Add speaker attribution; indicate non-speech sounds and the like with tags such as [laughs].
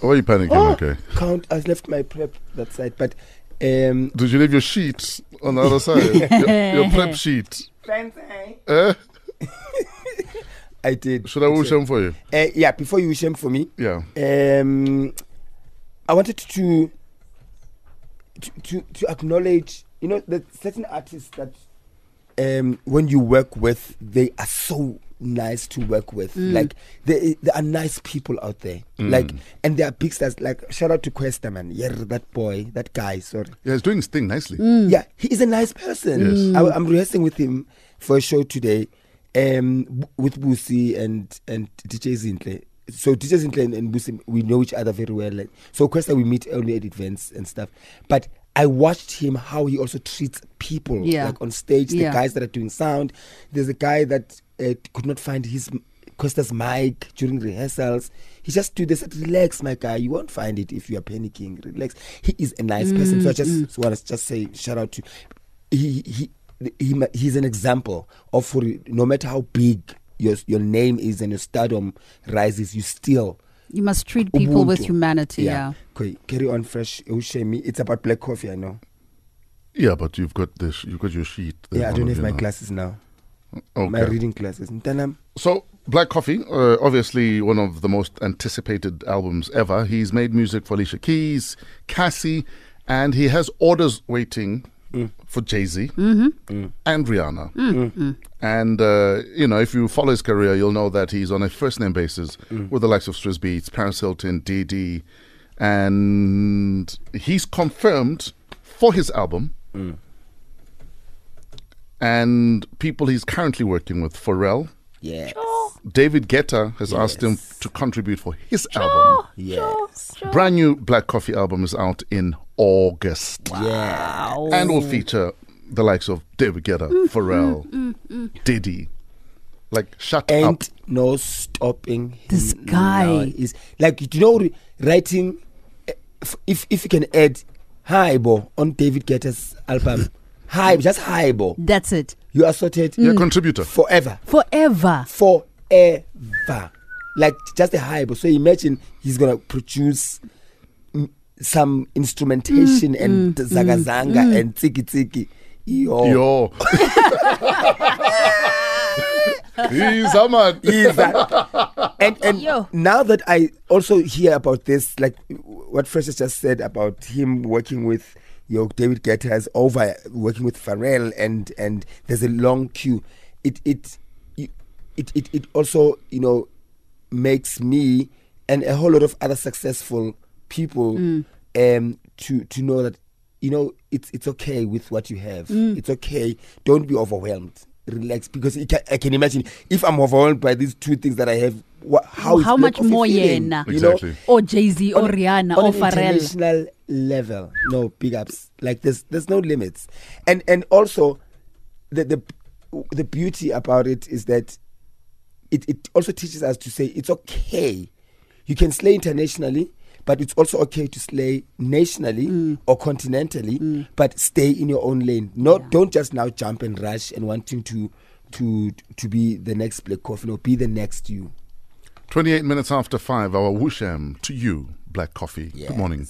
Speaker 1: Why are you panicking?
Speaker 2: Ah!
Speaker 1: okay.
Speaker 2: Count. I left my prep that side, but um,
Speaker 1: Did you leave your sheet on the other
Speaker 2: [laughs]
Speaker 1: side? your, your prep sheet. Eh?
Speaker 2: I did.
Speaker 1: Should I wish
Speaker 2: So-
Speaker 1: them for you?
Speaker 2: Uh, yeah, before you wish him for me,
Speaker 1: Yeah.
Speaker 2: um, I wanted to to, to to acknowledge, you know, that certain artists that um, when you work with, they are so nice to work with. Like they there are nice people out there. Like and there are big stars. Like shout out to Questa man, yeah, that boy, that guy. Sorry,
Speaker 1: Yeah, he's doing his thing nicely.
Speaker 2: yeah, he is a nice person.
Speaker 1: Yes. Mm.
Speaker 2: I, am rehearsing with him for a show today, um, b- with Busi and and DJ Zintle. So DJ Zintle and, and Busi, we know each other very well. Like, so Questa, we meet only at events and stuff. But I watched him how he also treats people,
Speaker 3: Yeah.
Speaker 2: like on stage, the
Speaker 3: Yeah.
Speaker 2: guys that are doing sound. There's a guy that uh, could not find his Questa's mic during rehearsals. He just stood there said, "Relax, my guy. You won't find it if you are panicking. Relax." He is a nice
Speaker 3: Mm,
Speaker 2: person. So I just want to just say shout out to he he. He, ma- he's an example of for no matter how big your your name is and your stardom rises, you still
Speaker 3: You must treat people with
Speaker 2: Ubuntu.
Speaker 3: humanity. Yeah.
Speaker 2: Okay, carry on fresh. It will shame me. It's about black coffee. I know.
Speaker 1: Yeah, but you've got this. You've got your sheet. there
Speaker 2: yeah, I
Speaker 1: in
Speaker 2: don't
Speaker 1: front of
Speaker 2: have
Speaker 1: you
Speaker 2: my
Speaker 1: now.
Speaker 2: glasses now.
Speaker 1: Okay.
Speaker 2: My reading glasses. Ntanam,
Speaker 1: So, Black Coffee, uh, obviously one of the most anticipated albums ever. He's made music for Alicia Keys, Cassie, and he has orders waiting for Jay Z and Rihanna. And, uh, you know, if you follow his career, you'll know that he's on a first name basis with the likes of Swizz Beats, Paris Hilton, DD. And he's confirmed for his album and people he's currently working with, Pharrell.
Speaker 2: Yes.
Speaker 1: David Guetta has asked him
Speaker 2: Yes.
Speaker 1: to contribute for his album.
Speaker 2: Yes.
Speaker 1: Brand new Black Coffee album is out in August
Speaker 2: Yeah.
Speaker 1: and will feature the likes of David Guetta, Pharrell, Diddy. Like, shut up.
Speaker 2: Ain't no stopping. him
Speaker 3: This guy.
Speaker 2: now. is like you know re- writing. eh, f- If if you can add hybo on David Guetta's album, hype just hybo.
Speaker 3: That's it.
Speaker 2: You are sorted
Speaker 1: Yeah, contributor.
Speaker 2: forever,
Speaker 3: Forever.
Speaker 2: forever. Like just a hybo. So imagine he's gonna produce. mm, Some instrumentation
Speaker 3: Mm,
Speaker 2: and zaga zanga and tiki tiki. Yo.
Speaker 1: Yo. he's a man.
Speaker 2: is that and and
Speaker 3: Yo.
Speaker 2: now that I also hear about this, like what Fresh has just said about him working with you know, David Guetta is over working with Pharrell and and there's a long queue. It it you- it it, it also you know makes me and a whole lot of other successful people um to to know that you know it's it's okay with what you have it's okay don't be overwhelmed relax because it can, i can imagine if i'm overwhelmed by these two things that i have wha- how,
Speaker 3: How
Speaker 2: is
Speaker 3: much
Speaker 2: Black Coffee
Speaker 3: more
Speaker 2: feeling,
Speaker 3: yena?
Speaker 2: you know?
Speaker 1: Exactly.
Speaker 3: Or Jay Z or
Speaker 2: On-
Speaker 3: Rihanna
Speaker 2: on
Speaker 3: or
Speaker 2: an
Speaker 3: Pharrell.
Speaker 2: international level no big ups like there's there's no limits and and also the the the beauty about it is that it, it also teaches us to say it's okay. You can slay internationally, but it's also okay to slay nationally
Speaker 3: Mm.
Speaker 2: or continentally, but stay in your own lane. Not don't just now jump and rush and wanting to to to be the next black coffin or be the next you.
Speaker 1: 28 minutes after 5, our Wusham to you, Black Coffee. Good morning.